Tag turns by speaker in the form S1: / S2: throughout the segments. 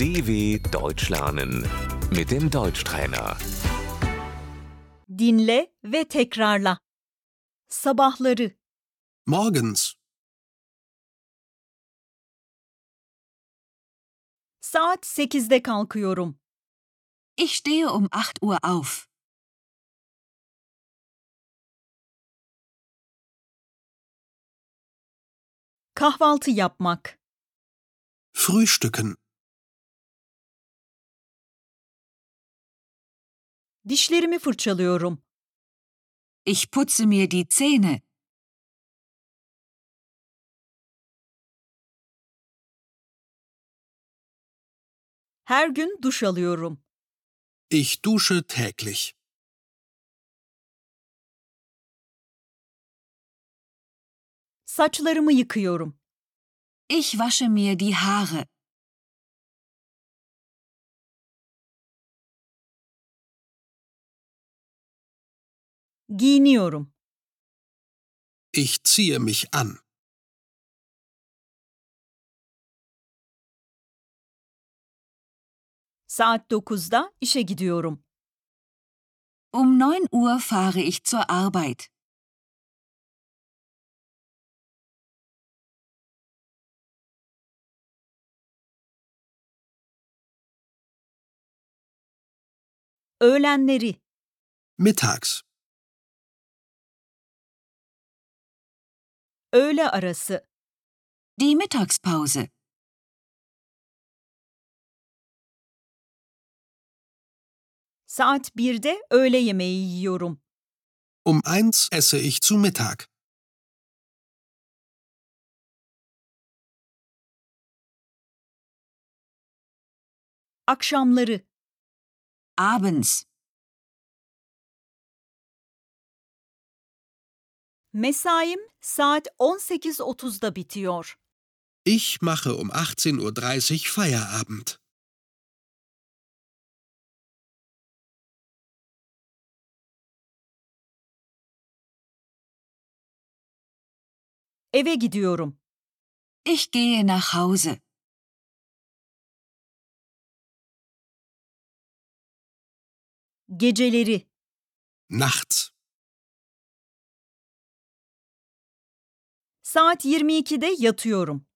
S1: DW Deutsch lernen mit dem Deutschtrainer.
S2: Dinle ve tekrarla. Sabahları,
S3: Morgens,
S2: saat 8'de kalkıyorum.
S4: Ich stehe um 8 Uhr auf.
S2: Kahvaltı yapmak,
S3: Frühstücken,
S2: dişlerimi fırçalıyorum,
S4: Ich putze mir die Zähne.
S2: her gün duş alıyorum.
S3: ich dusche täglich.
S2: Saçlarımı yıkıyorum.
S4: Ich wasche mir die Haare.
S2: Giyiniyorum.
S3: Ich ziehe mich an.
S2: Saat 9'da işe gidiyorum.
S4: Um 9 Uhr fahre ich zur Arbeit.
S2: Öğlenleri,
S3: Mittags,
S2: öğle arası,
S4: Die Mittagspause.
S2: saat 1'de öğle yemeği yiyorum.
S3: um eins esse ich zu Mittag.
S2: Akşamları,
S4: Abends.
S2: mesaim saat 18.30'da bitiyor.
S3: Ich mache um 18.30 Uhr Feierabend.
S2: Eve gidiyorum.
S4: Ich gehe nach Hause.
S2: Geceleri,
S3: Nachts,
S2: saat 22'de yatıyorum.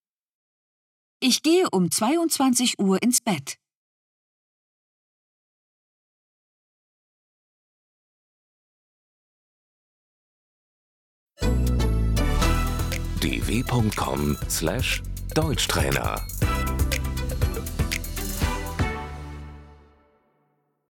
S4: Ich gehe um 22 Uhr ins Bett.
S1: dw.com/deutschtrainer